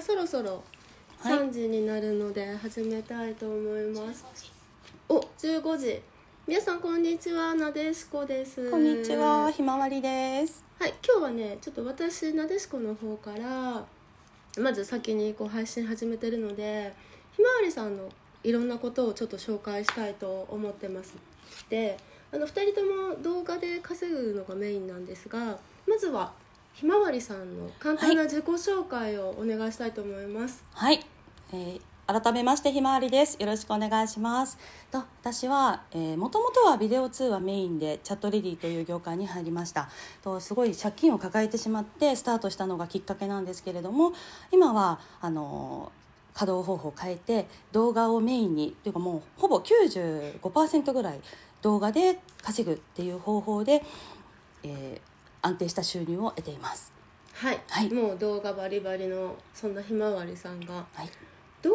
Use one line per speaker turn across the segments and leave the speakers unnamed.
そろそろ
はい
3時になるので始めたいと思います、お15時皆さんこんにちはなでしこです
こんにちは、
はい
ひまわりです。
今日はねちょっと私なでしこの方からまず先にこう配信始めてるのでひまわりさんのいろんなことをちょっと紹介したいと思ってますであの2人とも動画で稼ぐのがメインなんですがまずはひまわりさんの簡単な自己紹介をお願いしたいと思います、
はい、えー改めましてひまわりです。よろしくお願いします。と私はもともとはビデオ通話メインでチャットレディという業界に入りました。とすごい借金を抱えてしまってスタートしたのがきっかけなんですけれども、今はあのー稼働方法を変えて動画をメインにというかもうほぼ95%ぐらい動画で稼ぐっていう方法で、えー安定した収入を得ています。
はい、
はい
もう動画バリバリのそんなひまわりさんが
はい。
動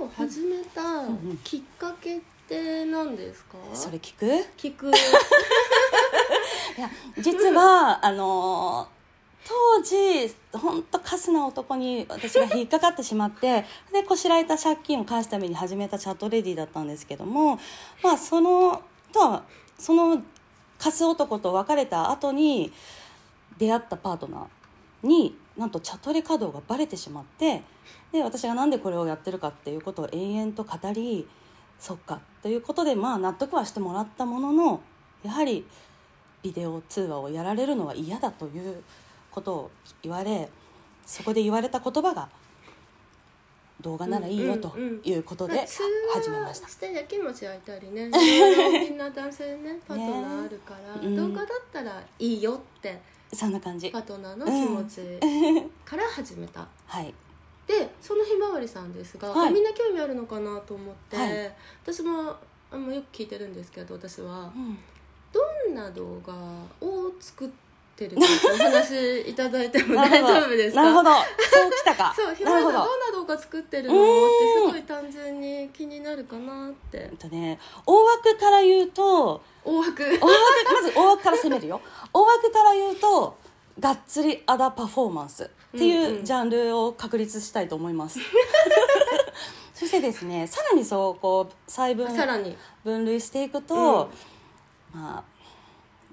画を始めた
んうん
きっかけって何ですか、
それ聞く？
聞 く
いや実はあの当時本当カスな男に私が引っかかってしまって でこしらえた借金を返すために始めたチャットレディだったんですけどもまあそのとはそのカス男と別れた後に出会ったパートナーになんとチャトレ稼働がバレてしまってで私がなんでこれをやってるかっていうことを延々と語りそっかということでまあ納得はしてもらったもののやはりビデオ通話をやられるのは嫌だということを言われそこで言われた言葉が動画ならいいよということで
まあ通話
始めました。
してやきもち焼いたりねそれはみんな男性ねパートナーあるから、
うん
動画だったらいいよって
そんな感じ
パートナーの気持ちから始めた、
はい
でそのひまわりさんですが、
はい
みんな興味あるのかなと思って、
はい
私もあのよく聞いてるんですけど私は
うん
どんな動画を作ってるかお話いただいても
なる
大丈
ほど
夫ですか
なるほどそうきたか
そうひま
な
わ
る
り
ほ
さん
ど
どんな動画作ってるのってすごい単純に気になるかなって
えっとね、大枠から言うと
大枠
大枠まず大枠から攻めるよ大枠から言うとがっつりアダパフォーマンスって
うん
いううんジャンルを確立したいと思 います、そしてですねさらにそうこう細分
さらに
分類していくと、まあ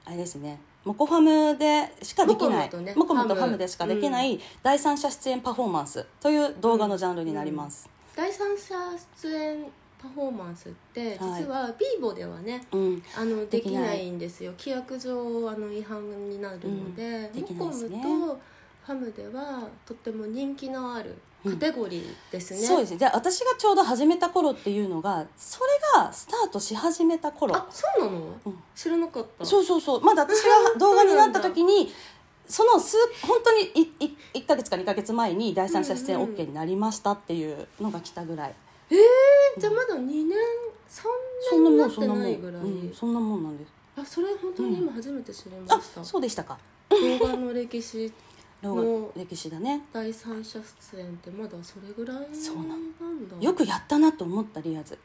あれですねモコファムでしかできな
モコ
い
ムとね
モコムと
ファム
ファムでしかできない第三者出演パフォーマンスという動画のジャンルになります、
第三者出演パフォーマンスって
はい
実は BIVO ではね
うん、
あので
で
き
き
な
ない
いんですよ規約上あの違反になるので,、
うんでき
モ
ない
コ
です
ム
ね
とハムではとっても人気のあるカテゴリーですね、
そうですねで私がちょうど始めた頃っていうのがそれがスタートし始めた頃
あそうなの、
うん
知らなかった
そうそうそうまだ私が動画になった時にその数本当にいい1か月か2か月前に第三者出演
うんうん
OK になりましたっていうのが来たぐらい、
えじゃあまだ2年3
そんな
年になんっ
もそん
て
なも
ない
ん、
ぐらい
うん、そんなもんなんです
あそれ本当に今初めて知りま
あ
した、
そうでしたか
動画の歴史
動画歴史だね
第三者出演ってまだそれぐらい
そう
な
なん
だ
よくやったなと思ったリア ズ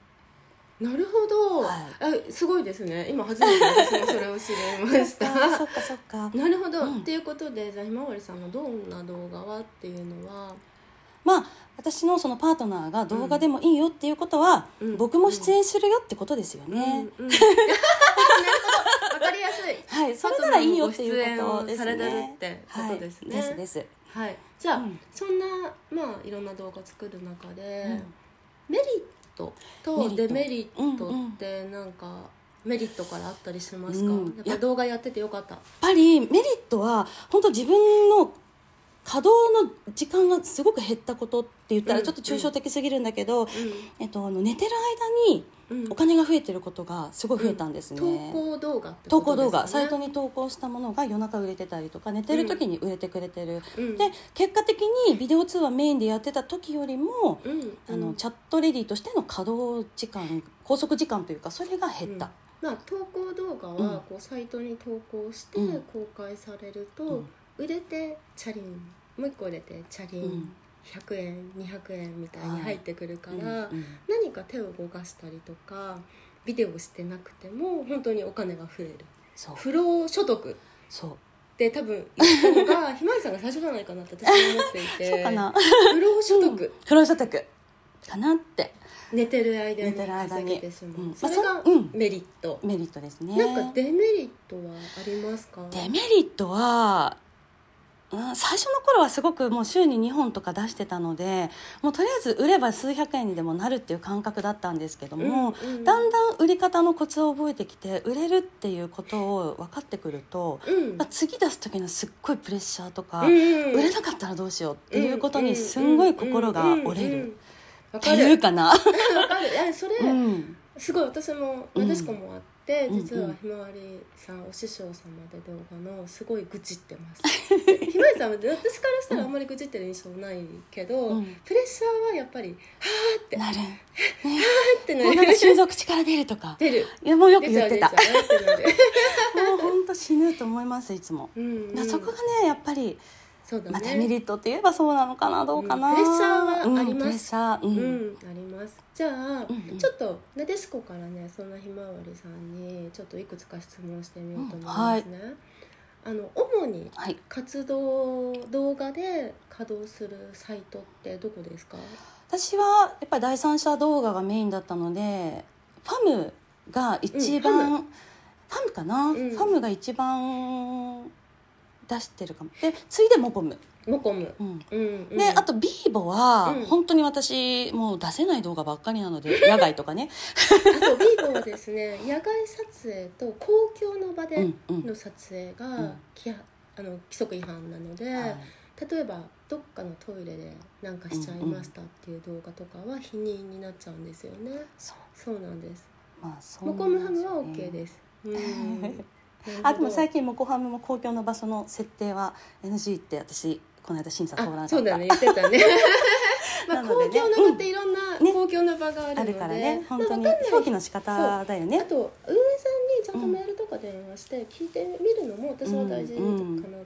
なるほど、あすごいですね今初めて私もそれを知りまし
あ そ
た
っかそっか
なるほど、
うん
っていうことでじゃあひまわりさんのどんな動画はっていうのは
まあ私のそのパートナーが動画でもいいよっていうことは、
うん
僕も出演するよってことですよね、
うんうん なるほどわかりやすい
はい、それならいいよっていうことですね。
パートナーもご出演をされてるってことですね
はい、ですです。
はいじゃあ、
うん
そんなまあいろんな動画作る中で、メリット
メ
と
リット
デメリットってなんか、メリットからあったりしますか、
うん
やっぱり動画やっててよかった
やっぱりメリットは本当自分の稼働の時間がすごく減ったことって言った
う
ら
ん
ちょっと抽象的すぎるんだけど、
う
えっと、あの寝てる間に
んうん
お金が増えてることがすごい増えたんですね。
投稿動画って
投
こと
稿
ですね
動画、サイトに投稿したものが夜中売れてたりとか寝てる時に売れてくれてる、
うん
で結果的にビデオ通話メインでやってた時よりも、
うん
あ
う
の
ん
チャットレディとしての稼働時間拘束時間というかそれが減った、
まあ投稿動画
う
は
ん
こうサイトに投稿して
うん
公開されると、
うん
売れてチャリンもう一個売れてチャリン、
うん
100円200円みたいに入ってくるから、
うんうん
何か手を動かしたりとかビデオしてなくても本当にお金が増える
そう
不労所得っ
そう
って多分言ったのがひまわりさんが最初じゃないかなって私は思っていて
そうかな
不労所得、
不労所得かなって
寝てる間に
寝てる間に
稼げてしまう、
うん
それが
まあそううん
メリット、
メリットですね
なんかデメリットはありますか
デメリットは、うん、最初の頃はすごくもう週に2本とか出してたのでもうとりあえず売れば数百円にでもなるっていう感覚だったんですけども、
うんうん
だんだん売り方のコツを覚えてきて売れるっていうことを分かってくると、
うん
まあ次出す時のすっごいプレッシャーとか、
うん
売れなかったらどうしようっていうことにすんごい心が
う
折れ
んうんうんうん
る
わ
って
かる
いうかな。
わかるいやそれ、
うん
すごい私も
うん
なでしこもあって、
うん
実はひまわりさんお師匠様で動画のすごい愚痴ってます ひまわりさんは私からしたらあんまり愚痴ってる印象ないけど、
うん
プレッシャーはやっぱり
なる
って
もう
な
なん
る
か心臓口から出るとか
出る
いやもうよく
出ち
言
ゃ
っ
う
て
出ち
た
ゃうってなる、
もう本当死ぬと思いますいつも。
うんうん
だからそこがねやっぱり
そうだね
まあデメリットって言えばそうなのかなどうかな、
うんプレッシャーはあります
うんプレッシャーうん、
うん、ありますじゃあ、
うんうん
ちょっとなでしこからねそんなひまわりさんにちょっといくつか質問してみようと思いますね、あの主に
はい
活動動画で稼働するサイトってどこですか
私はやっぱり第三者動画がメインだったのでファムが一番、ファムかな、
ん
ファムが一番出してるかもで次いでモコム、
モコム
うん、
うん、うん、
であとビーボは
うん
本当に私もう出せない動画ばっかりなので、 野外とかね、
あとビーボはですね 野外撮影と公共の場
う
で
んうん
の撮影
うん
がきや、あの規則違反なので、
はい
例えばどっかのトイレでなんかしちゃいましたっていう動画とかは否認になっちゃうんですよね
そう
そうなんです
まあそう
モコムハムは OK
す
ですうん なるほど
あでも最近モコハムも公共の場所の設定は NG って私この間審査通らなか
あ
った
そうだね言って たねまあ
な
公
ので
共
ね
の場っていろんな
うんね
公共の場がある
あ
ので
るからね
まあ
本当に
わかんない
表記の仕方だよ
あ
ね
と運営さんにちゃんとメールとか電話して聞いてみるのも私は大事かな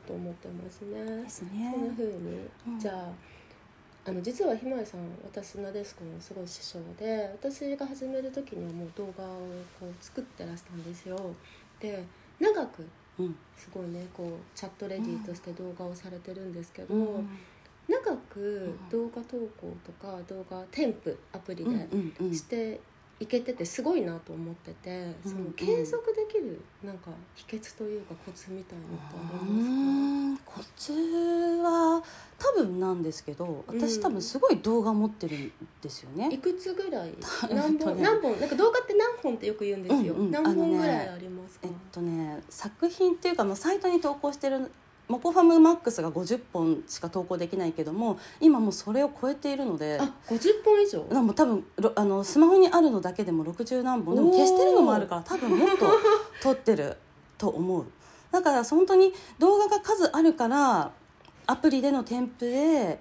と思ってますね、
です
こんな
ね
風に、
うん
じゃああの実はひまわりさん私なでしこのすごい師匠で私が始める時にはもう動画をこう作ってらしたんですよで長く
うん
すごいねこうチャットレディーとして動画をされてるんですけど、
うん
長く動画投稿とか動画添付アプリ
うん
で
うんうん
していけててすごいなと思ってて、
う
そ
ん
の
うん
継続できるなんか秘訣というかコツみたいのってあり
う
ま
んコツは多分なんですけど私多分すごい動画持ってるんですよ
すかい
ね
くつぐ らい
えっとね
何本何本なんか動画って何本ってよく言うんですよ、
うんうん
何
あの
本
ね
ぐらいありますか、
えっとね作品っていうかもうサイトに投稿してるモコファムマックスが50本しか投稿できないけども今もうそれを超えているので
あ50本以上
なもう多分ろあのスマホにあるのだけでも60何本でも
おー
消してるのもあるから多分もっと撮ってる と思うだから本当に動画が数あるからアプリでの添付で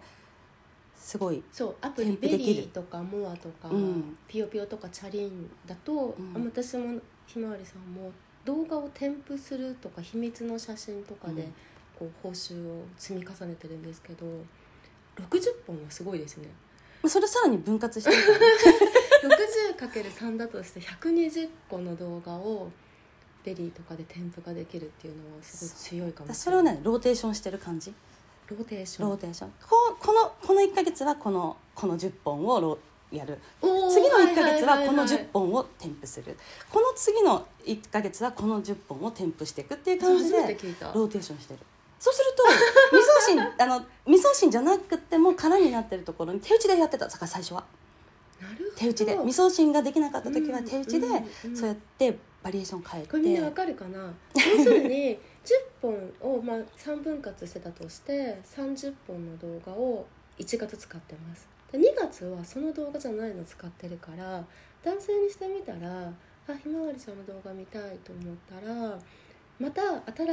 すごい
そうアプリ
添
ベ
付でき
リ
る
ーとかモアとか、
うん
ピヨピヨとかチャリンだと、
うん
あ私もひまわりさんも動画を添付するとか秘密の写真とかで、
うん
こう報酬を積み重ねてるんですけど60本はすごいですね
まあそれさらに分割してる
60×3 だとして120個の動画をベリーとかで添付ができるっていうのはすごい強いかもし
そ
れ
れ
な
を
い
ねローテーションしてる感じ
ローテーション
ローテーションここのこの1か月はこのこの10本をロやる
おー
次の1か月はい
い
こ
い
の
い
10本を添付するこの次の1か月はこの10本を添付していくっていう感じ
初
で
めて聞いた
ローテーションしてるそうする と未送信あの未送信じゃなくても空になってるところに手打ちでやってただから最初は
なるほど
手打ちで未送信ができなかった時は
うん
手打ちで
うんうん
そうやってバリエーション変えて
これみんなわかるかな要するに10本を、まあ、3分割してたとして30本の動画を1月使ってますで2月はその動画じゃないの使ってるから男性にしてみたらあひまわりちゃんの動画見たいと思ったらまた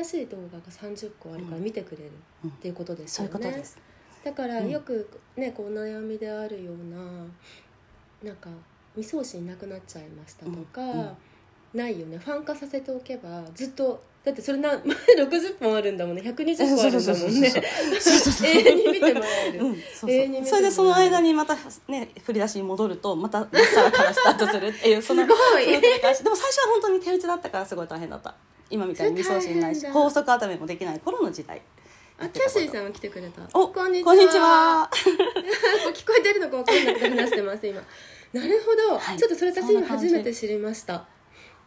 新しい動画が30個あるから見てくれる
うん
っていうことです
そう
よ
いう
ね、
ことです
だから
うん
よくね、こう悩みであるようななんか未送信なくなっちゃいましたとか、
うんうん
ないよねファン化させておけばずっとだってそれな 60本あるんだもんね120本あ
そうそ
るだも
うんそうそうんそう
ね
そ うそうそう
永遠に見てもらえる、
うん、そ
永
うそ
遠に見て
う
も
それでその間にまたね振り出しに戻るとまた真っさらからスタートするっていうその
すごい
その繰り返しでも最初は本当に手打ちだったからすごい大変だった今みたいに理想心ない
そ
し
れ大変だ
高速頭もできない頃の時代
あキャシーさんが来てくれた
お
こんにちは
こんにちは
聞こえてるのか分かんなくて話してます今なるほど、
はい
ちょっとそれ私
そん
今
な感
初
じ
めて知りました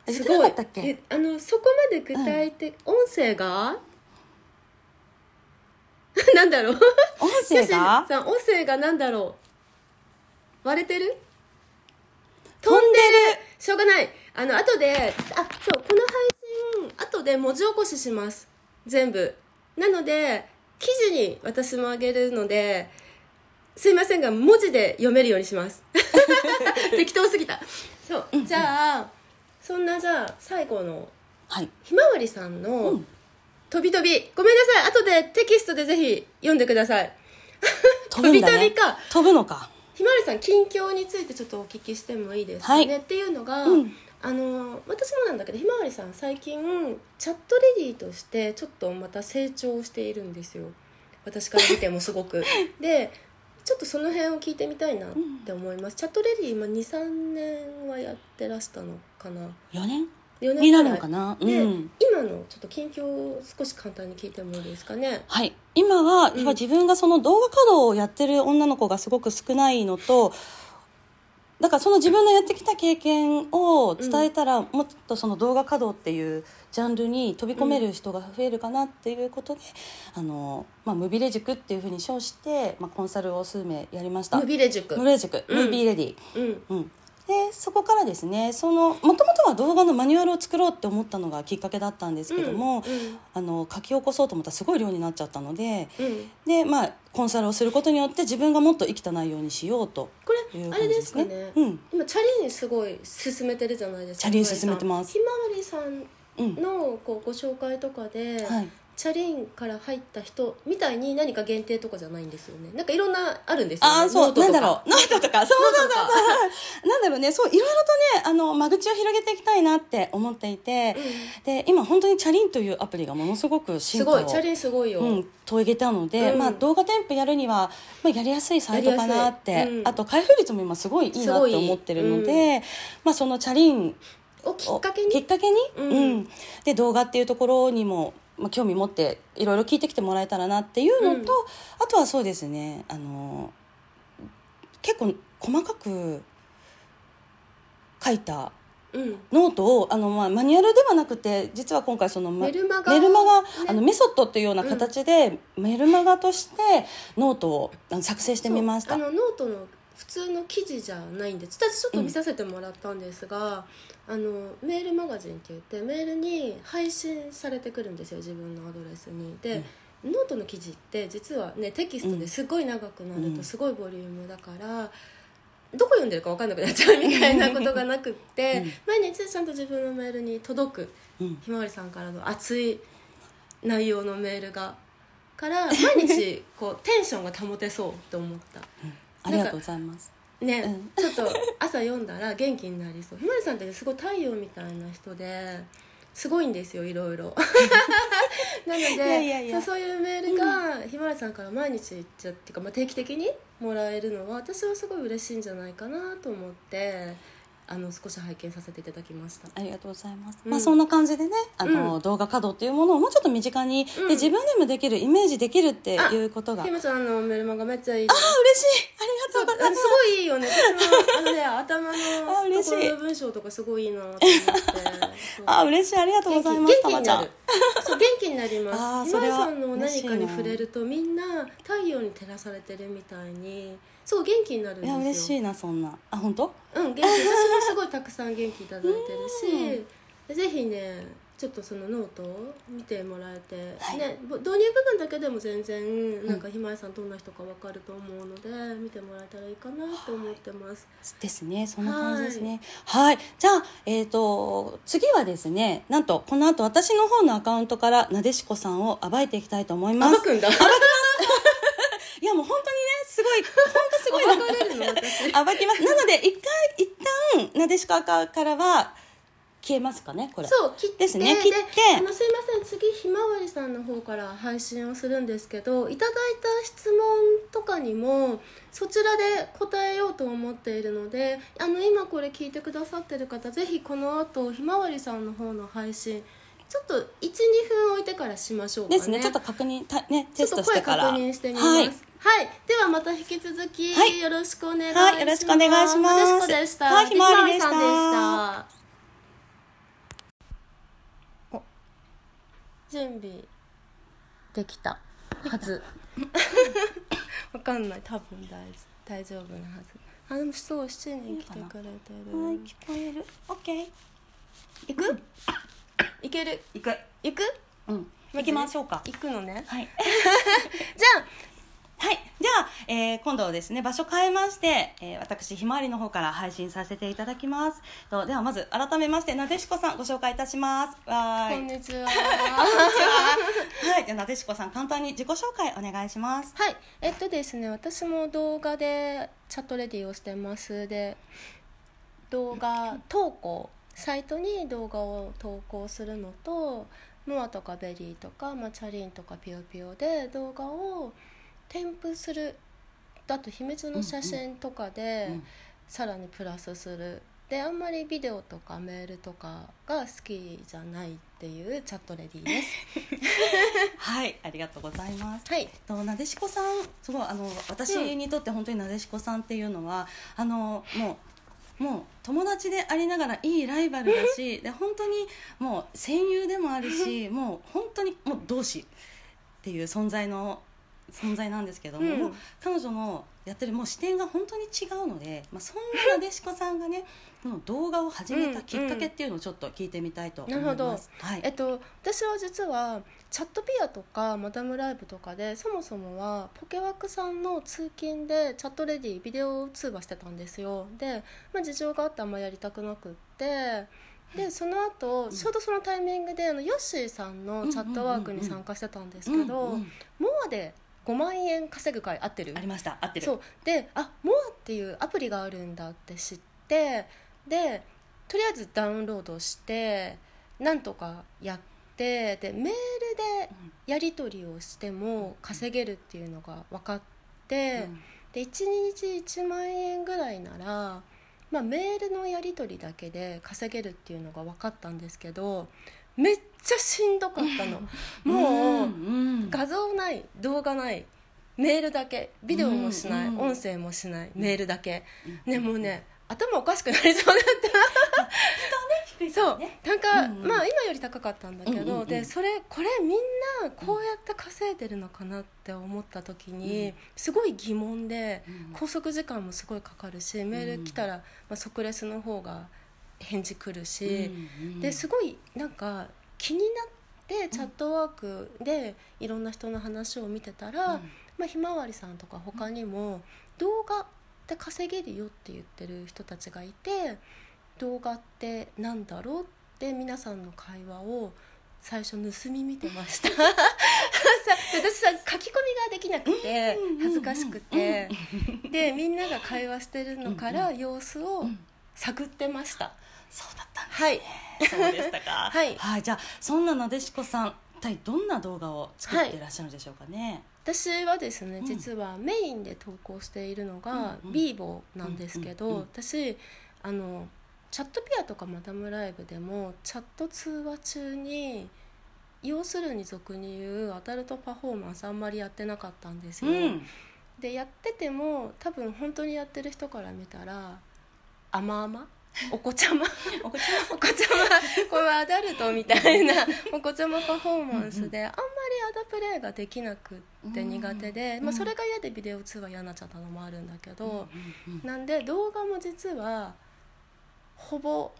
え
す
知ら
ご
ないかったっけ
えあのそこまで具体的、音声が なんだろう
音 声
キャ
が
シーさん音声がなんだろう割れてる
飛んで
しょうがないあの後であそうこの配信後で文字起こしします全部なので記事に私もあげるのですいませんが文字で読めるようにします 適当すぎたそうじゃあそんなじゃあ最後の
るはい
ひまわりさん
う
の
ん
「とびとび」ごめんなさい後でテキストでぜひ読んでください
飛ぶんだ
飛び
ね
飛びか
飛ぶのか
ひまわりさん近況についてちょっとお聞きしてもいいですかね、
は
っていうのが、
うん
あの私もなんだけどひまわりさん最近チャットレディーとしてちょっとまた成長しているんですよ私から見てもすご くでちょっとその辺を聞いてみたいなって思います、チャットレディー今23年はやってらしたのかな
4年
4
に
年くら
なるの
い
かなう
で、
ん
今のちょっと近況を少し簡単に聞いてもいいですかね
はい、今は、
うん
今自分がその動画稼働をやってる女の子がすごく少ないのとだからその自分のやってきた経験を伝えたら、もっとその動画稼働っていうジャンルに飛び込める人が増えるかなっていうことで、あのまあ、ムビレ塾っていうふうに称して、まあ、コンサルを数名やりました
ム
ム
ビレ塾
ビレ塾、
うん
ムービーレディー
うん
うん、でそこからですねそのもともとは動画のマニュアルを作ろうって思ったのがきっかけだったんですけど
う
も、
ん
あの書き起こそうと思ったらすごい量になっちゃったので
うん
で、まあ、コンサルをすることによって自分がもっと生きた内容にしようと
こ
い
れ
う
あ
感
れ
じ
で
ですす
か
ね。
ね、
うん
今チャリにすごい進めてるじゃないですか
チャリン進めてます
ひまわりさん
うん
のこうご紹介とかで、
はい、
チャリンから入った人みたいに何か限定とかじゃないんですよねなんかいろんなあるんですよ、ね、
ああそう
ノートと
な
か
んだろうノートとかそうそうそうそう なんだろうねそういろいろとねあの間口を広げていきたいなって思っていて、で今本当にチャリンというアプリがものすごく進
す
化
ごい
を
チャリンすごいよ、
うん、遂げたので、
うん
まあ、動画添付やるには、まあ、やりやすいサイトかなっ
や
て、
りやすいうん
あと開封率も今すごいいいなって思ってるの
すごい
で、まあ、そのチャリン
をき
を
っかけに
に
うん
うんで動画っていうところにも、まあ、興味持っていろいろ聞いてきてもらえたらなっていうのと、
う
あとはそうですねあの結構細かく書いた
うん
ノートをあの、まあ、マニュアルではなくて実は今回その、ま
メルマガ
メルマガ、あの
ね
メソッドというような形で、メルマガとしてノートをあの作成してみました
そうあのノートの普通の記事じゃないんで私ちょっと見させてもらったんですが、あのメールマガジンって言ってメールに配信されてくるんですよ自分のアドレスにで、ノートの記事って実はねテキストですごい長くなる
う
と
ん
すごいボリュームだから、どこ読んでるか分かんなくなっちゃうみたいなことがなくって、
うん
毎日ちゃんと自分のメールに届く
うん
ひまわりさんからの熱い内容のメールがから毎 日こうテンションが保てそうって思っ
ありがとうございます
たね、
うん
ちょっと朝読んだら元気になりそうひまわりさんってすごい太陽みたいな人ですごいんですよいろい ろなので
やいやいや
そうそういうメールがひまわりさんから毎日っていうか、まあ、定期的にもらえるのは私はすごい嬉しいんじゃないかなと思ってあの少し拝見させていただきました
ありがとうございます、
うん
まあそんな感じでねあの、
う
動画稼働っていうものをもうちょっと身近に、
うん
で自分でもできるイメージできるっていうことがあ
ひ
嬉しい
まちゃんあのメルマガめっちゃいいです
ありがとうございます
すごいいいよね私もあの ね頭
あ
の
嬉し
と
い
ころの文章とかすごいいいなと思ってそう
あ嬉しいありがとうご
元気
ざ
元
いますた
気
ま
に
ちゃ
なんるそう元気になりま
あー
す
そ
今
れ
井
は
さんの何かに
嬉しいな
触れるとみんな太陽に照らされてるみたいにそう元気になるん
い
です
や
よ
嬉しいなそんなあ本当
うん元気私もすごいたくさん元気いただいてるし、ぜひねちょっとそのノートを見てもらえて、
はい
ね、ぼ導入部分だけでも全然なんかひまわりさんどんな人か分かると思うので、見てもらえたらいいかなと思ってます、
ですねそんな感じですねはいじゃあえっ、と次はですねなんとこの後私の方のアカウントからなでしこさんを暴いていきたいと思います
暴くんだ
いやもう本当にねすごい本当すごい
暴かれる の私
な暴きますなので一回一旦なでしこかからは消えますかねこれ
そう切って
ですね切って
あのすいません次ひまわりさんの方から配信をするんですけどいただいた質問とかにもそちらで答えようと思っているのであの今これ聞いてくださってる方ぜひこの後ひまわりさんの方の配信ちょっと12分置いてからしましょうかね
ですねちょっと確認たね
ちょ
テ
っ
ス
と
トし
声
てか
確
ら
認してみます。は
はいい、
ではまた引き続き、
はい
よろしくお願いします。
はいよろしくお願いしま
なで
す
しこでした。
はいひまわりでした
ひまわさんでした
お
準備できたはず。わかんない。多分大大丈夫なはず。あでもそう七人来てくれてる。
はい聞こえる OK
行く？行ける。
行く
行く？
うん行きましょうか
行くのね。
はい
じゃあ。
はい。では、えー今度はですね、場所変えまして、えー私、ひまわりの方から配信させていただきます。とでは、まず、改めまして、なでしこさん、ご紹介いたします。わ
こ
ーい。
んに ちは。
はい。じゃあなでしこさん、簡単に自己紹介お願いします。
はい、えっとですね、私も動画でチャットレディをしてますで、動画投稿、サイトに動画を投稿するのと、ムアとかベリーとか、まあ、チャリンとかピヨピヨで動画を添付する、あと秘密の写真とかで
うん
さらにプラスする。であんまりビデオとかメールとかが好きじゃないっていうチャットレディです。
はい。ありがとうございます。
はい。
となでしこさん、すごい、あの、私にとって本当になでしこさんっていうのは、あの、もう、もう友達でありながらいいライバルだ しで本当にもう戦友でもあるしもう本当にもう同志っていう存在の存在なんですけども,、
うん
もう彼女のやってるもう視点が本当に違うので、まあ、そんななでしこさん がねもう動画を始めたきっかけっていうのをちょっと聞いてみたいと思います。
なるほど
はい
えっと、私は実はチャットピアとかマダムライブとかでそもそもはポケワークさんの通勤でチャットレディビデオ通話してたんですよで、まあ、事情があってあんまやりたくなくってでその後ちょうどそのタイミングであのヨッシーさんのチャットワークに参加してたんですけど、
うんうん
モアで5万円稼ぐ会合ってる
ありました合ってる
そうであモアっていうアプリがあるんだって知ってでとりあえずダウンロードしてなんとかやってでメールでやり取りをしても稼げるっていうのが分かって、で1日1万円ぐらいなら、まあ、メールのやり取りだけで稼げるっていうのが分かったんですけどめっちゃしんどかった の。もう、
んん
画像ない動画ないメールだけビデオもしない、
うんうん
音声もしないメールだけ、
うん
ねもうね頭おかしくなりそうだった
低いか
そ
ら
う
ね
なんか、
うんうん
まあ今より高かったんだけど、
うんうんうん
でそれこれみんなこうやって稼いでるのかなって思った時に、
うん
すごい疑問で
うん
拘束時間もすごいかかるしメール来たら、まあ、即レスの方が返事来るし。
うんうん
ですごいなんか気になってチャットワークでいろんな人の話を見てたら、
うん
まあ、ひまわりさんとか他にも動画で稼げるよって言ってる人たちがいて動画ってなんだろうって皆さんの会話を最初盗み見てま したさ私さ書き込みができなくて
うんうんうん
恥ずかしくてでみんなが会話してるのから様子を探ってました
そうだったん
はい
ですそうでしたか
はい
じゃあそんななでしこさん一体どんな動画を作っていらっしゃるんでしょうかね、
私はですね
うん
実はメインで投稿しているのが
うんうん
ビーボーなんですけど、
うんうんうん
私あのチャットピアとかマダムライブでもチャット通話中に要するに俗に言うアダルトパフォーマンスあんまりやってなかったんですよ、
うん
でやってても多分本当にやってる人から見たら甘々お子ちゃま
お子ち
お子ちゃまこれはアダルトみたいなお子ちゃまパフォーマンスであんまりアダプレイができなくって苦手で、
うん
まあ、それが嫌でビデオ通話嫌になっちゃったのもあるんだけ
ゃん
ど、
うんうん
なんで動画も実はほぼ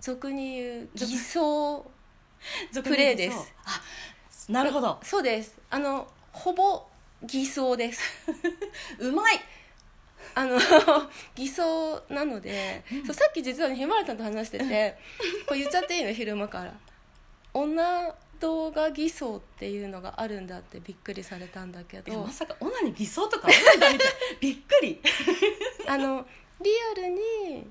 俗に言う偽装プレイです
俗に言うとそうあなるほど
そうですあのほぼ偽装です
うまい
あの 偽装なので、そうさっき実はねひまわりさんと話しててこれ言っちゃっていいの昼間から女動画偽装っていうのがあるんだってびっくりされたんだけ
いや
ど
まさかオナに偽装とかあるんだみた いなびっくり
あのリアルに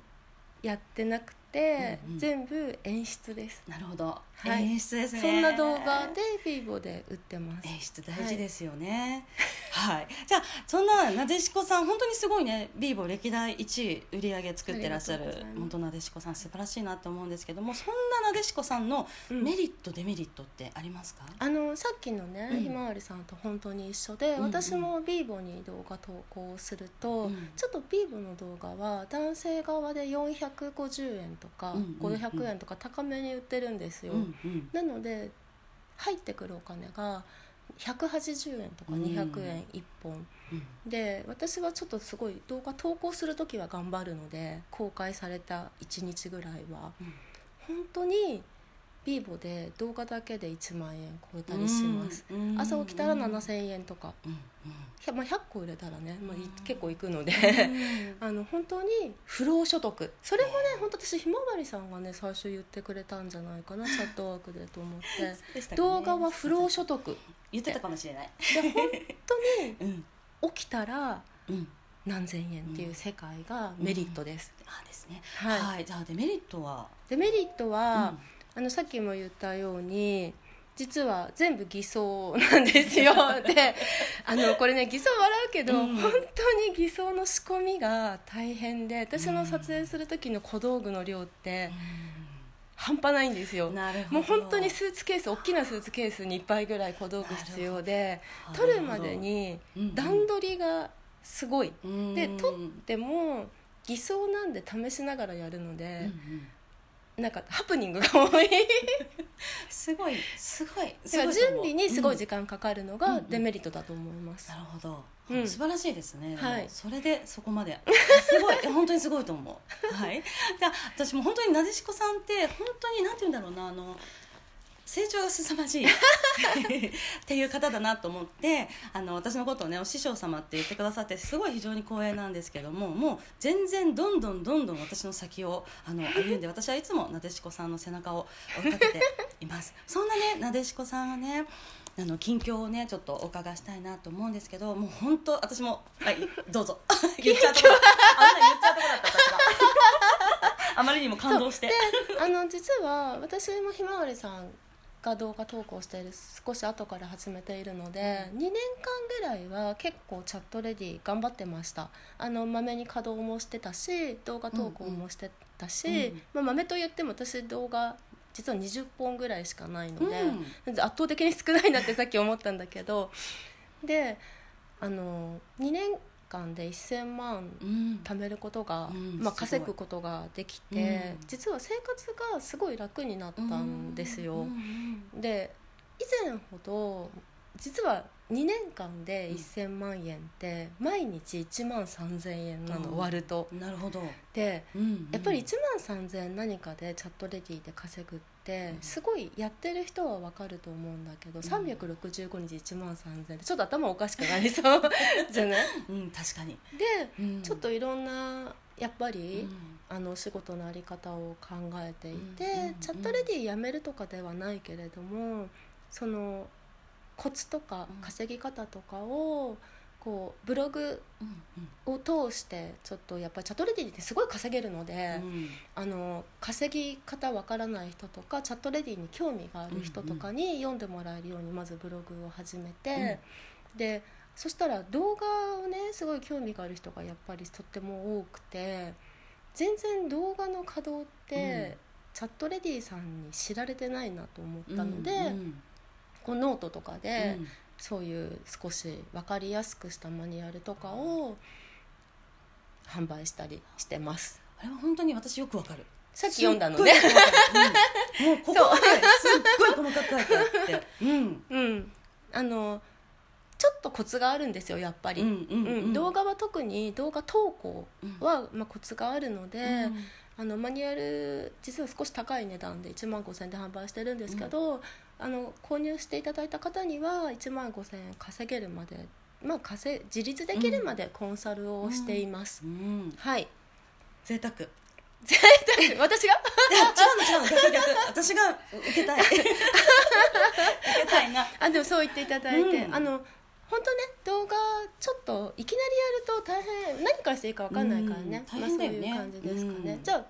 やってなくって、
うんうん
全部演出です
なるほど、
はい
演出ですね
そんな動画でフィーボで売ってます
演出大事ですよねはい、じゃあそんななでしこさん本当にすごいねビーボ歴代1位売り上げ作ってらっしゃ
あり
る
がとうございます
本当なでしこさん素晴らしいなと思うんですけどもそんななでしこさんの
うん
メリット、デメリットってありますか
あのさっきのね、
うん
ひまわりさんと本当に一緒で、
うんうん
私もビーボに動画投稿すると、
うん
ちょっとビーボの動画は男性側で450円とか
うんうんうん
500円とか高めに売ってるんですよ、
うんうん
なので入ってくるお金が180円とか200円1本、
うん
で私はちょっとすごい動画投稿する時は頑張るので公開された1日ぐらいは、
うん
本当にビーボで動画だけで1万円超えたりします、
うんうん
朝起きたら7000円とか、
うん
ひゃまあ、100個売れたらね、まあ、い
うん
結構いくので、
うん
あの本当に不労所得それもね本当私ひまわりさんがね最初言ってくれたんじゃないかなチャットワークでと思って
でしたか ね
動画は不労所得
言ってたかもしれない、
で本当に
うん
起きたら
うん、
何千円っていう世界がメリットです、
あですね
はい、
はい、じゃあデメリットは、
デメリットは、あのさっきも言ったように実は全部偽装なんです よであのこれね偽装笑うけど、
うん
本当に偽装の仕込みが大変で私の撮影する時の小道具の量って半端ないんですよ
うんなるほど
もう本当にスーツケース大きなスーツケースにいっぱいぐらい小道具必要で撮るまでに段取りがすごいで撮でも偽装なんで試しながらやるの
て
で、なんかハプニングが多い
すごいすごい
だから準備にすごい時
間、
間かかるの
うんう
が
ん
デメリットだと思います
な、るほど、
うん
素晴らしいですね、でも
はい
それでそこ まですごいいや本当にすごいと思うはいじゃあ私も本当になでしこさんって本当になんて言うんだろうなあの成長が凄ま じいっていう方だなと思ってあの私のことをねお師匠様って言ってくださってすごい非常に光栄なんですけどももう全然どんどんどんどん私の先をあの歩んで私はいつもなでしこさんの背中を追いかけています そんなねなでしこさんがねあの近況をねちょっとお伺いしたいなと思うんですけどもう本当私もはいど うぞ言っちゃうとこだあんな言っちゃうとこだった私があまりにも感動して
であの実は私もひまわりさんが動画投稿している少し後から始めているので、2年間ぐらいは結構チャットレディ頑張ってましたあの豆に稼働もしてたし動画投稿もしてたし、
うんうん
まあ、豆と言っても私動画実は20本ぐらいしかないの
う
で、
ん
圧倒的に少ないなってさっき思ったんだけどであの2年間で1,000万
うん
貯めることが、
うん
まあ、
すごい
稼ぐことができて、
うん
実は生活がすごい楽になったんですよ。
うんうん
で以前ほど実は2年間で1,000万円って毎日1万3,000円なの、
うん
割ると。
うんなるほど、
で
うんうん
やっぱり1万3000何かでチャットレディで稼ぐって
うん
すごいやってる人は分かると思うんだけど
ん
365日1万3000ってちょっと頭おかしくなりそう じゃない
うん確かに、
で
うん
ちょっといろんなやっぱり、
うん
あの仕事の在り方を考えていて、
うんうん
チャットレディやめるとかではないけれどもそのコツとか
うん
稼ぎ方とかをこうブログ
うんうん
を通してちょっとやっぱりチャットレディってすごい稼げるので。
うん
あの稼ぎ方わからない人とかチャットレディに興味がある人とかに読んでもらえるようにまずブログを始めて、でそしたら動画をねすごい興味がある人がやっぱりとっても多くて全然動画の稼働って、チャットレディさんに知られてないなと思ったので、
うん
こうノートとか
う
で、
ん
そういう少し分かりやすくしたマニュアルとかを販売したりしてます。
あれは本当に私よくわかる
さっき読んだので、
すっ ごいよくわかるうんもうここまですっごい細かく書いてあって、うん
うん、あのちょっとコツがあるんですよやっぱり、
うんうん
うん動画は特に動画投稿は、まあ、コツがあるので、
うん
あのマニュアル実は少し高い値段で1万5000円で販売してるんですけど、あの購入していただいた方には1万5000円稼げるまで、まあ、稼い自立できるまでコンサルをしています、
うん
はい
贅沢い
私が
や違うの違うの逆逆私が受け たい受けたいな
あでもそう言っていただいて、
うん
あの本当ね動画ちょっといきなりやると大変何からしていいか分かんないからね、
うん
まあ、
大変
そう
だよね
いう感じですかね、
うん
じゃあ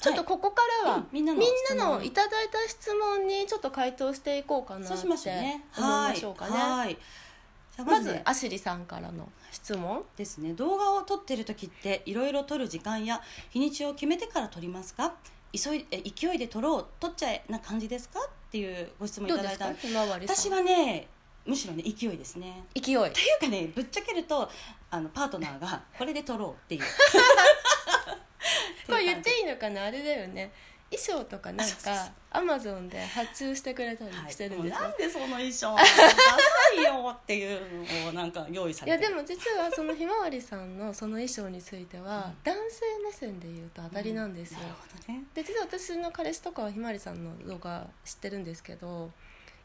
ちょっとここからは、
うんみんなの
み
質
んなの
問
いただいた質問にちょっと回答していこうかなって
そうし
思い
ましょうね。
ましょうかね。
はいはいじゃあ
ま
まず
ずアシリさんからの質問
ですね動画を撮ってる時っていろいろ撮る時間や日にちを決めてから撮りますか急いえ勢いで撮ろう撮っちゃえな感じですかっていうご質問い
どう
た
で
だい
す
た
かひまわりさん
私はねむしろね勢いですね
勢いは
というかねぶっちゃけるとあのパートナーがこれで撮ろうっていう
これ言っていいのかなあれだよね衣装とかなん
あそうそうそ
かアマゾンで発注してくれたりしてるんですよ、
はいい、もうなんでその衣装ダサいよっていうのをなんか用意され
や
て
で
る
も実はそのひまわりさんのその衣装については男性目線で言うと当たりなんですよ、
なるほどね
で実は私の彼氏とかはひまわりさんの動画知ってるんですけど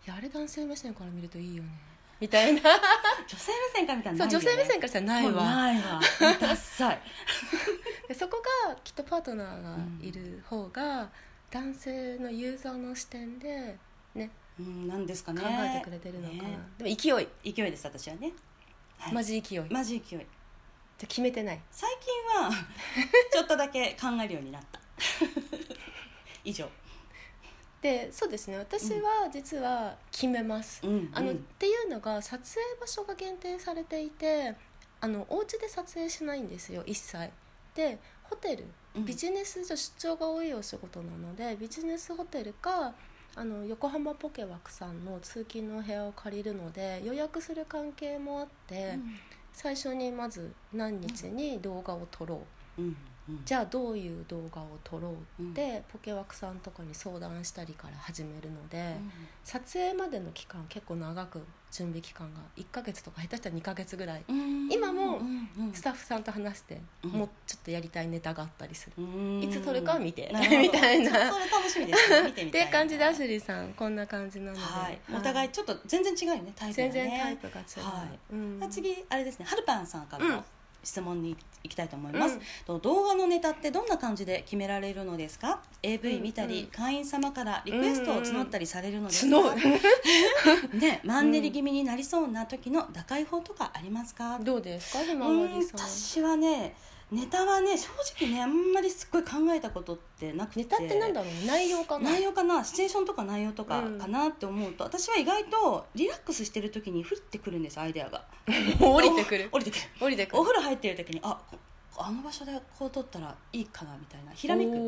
いやあれ男性目線から見るとい いよねみたいな
女性目線から見たら
そう
ない
女
よね
性目線からしたらない
もう
わ
ないわダッサい
でそこがきっとパートナーがいる方が男性のユーザーの視点でね
うん、なんですかね
考えてくれてるのかな、
ね
でも勢い
勢いです私はね、はい
マジ勢い、
マジ勢
じ
い
ゃ決めてない
最近 はちょっとだけ考えるようになった 以上、
でそうですね私は実は決めます、
うん
あの、
う
っ
ん
ていうのが撮影場所が限定されていてあのお家で撮影しないんですよ一切でホテル
うん
ビジネス上出張が多いお仕事なのでビジネスホテルかあの横浜ポケワクさんの通勤のお部屋を借りるので予約する関係もあって、最初にまず何日に動画を撮ろう、
うんうん
じゃあどういう動画を撮ろう
うん
って、ポケワクさんとかに相談したりから始めるので、
うん
撮影までの期間結構長く準備期間が1ヶ月とか下手したら2ヶ月ぐらい
うん
今も
うんうん
スタッフさんと話して、
うん
もうちょっとやりたいネタがあったりする、
うん
いつ撮るかは見て、
なるほど
みたいな
それ楽しみですね見て
っ
み
て
たい
いう感じでアシ
は
ュリーさんこんな感じなので、
い、お互いちょっと全然違うよねタイプが
全
ね
然タイプが違う、
はい
うん
あ次あれですねはるぱんさんから
うん
の質問に行きたいと思います、
うん
と動画のネタってどんな感じで決められるのですか AV 見た
う
り、
んうん
会員様からリクエストを募ったりされるのですか、
募る
ねマンネリ気味になりそうな時の打開法とかありますか、
どうですかひまわ
うん
りさん
私はねネタはね正直ねあんまりすっごい考えたことってなくて
ネタってなんだろうね内容かな
内容かなシチュエーションとか内容とか
うん
かなって思うと、私は意外とリラックスしてる時に降ってくるんですアイデアが
降りてくる
降りてくる
降りてく
お
る
風呂入ってる時にあこあの場所でこう撮ったらいいかなみたいなひらめくっ
く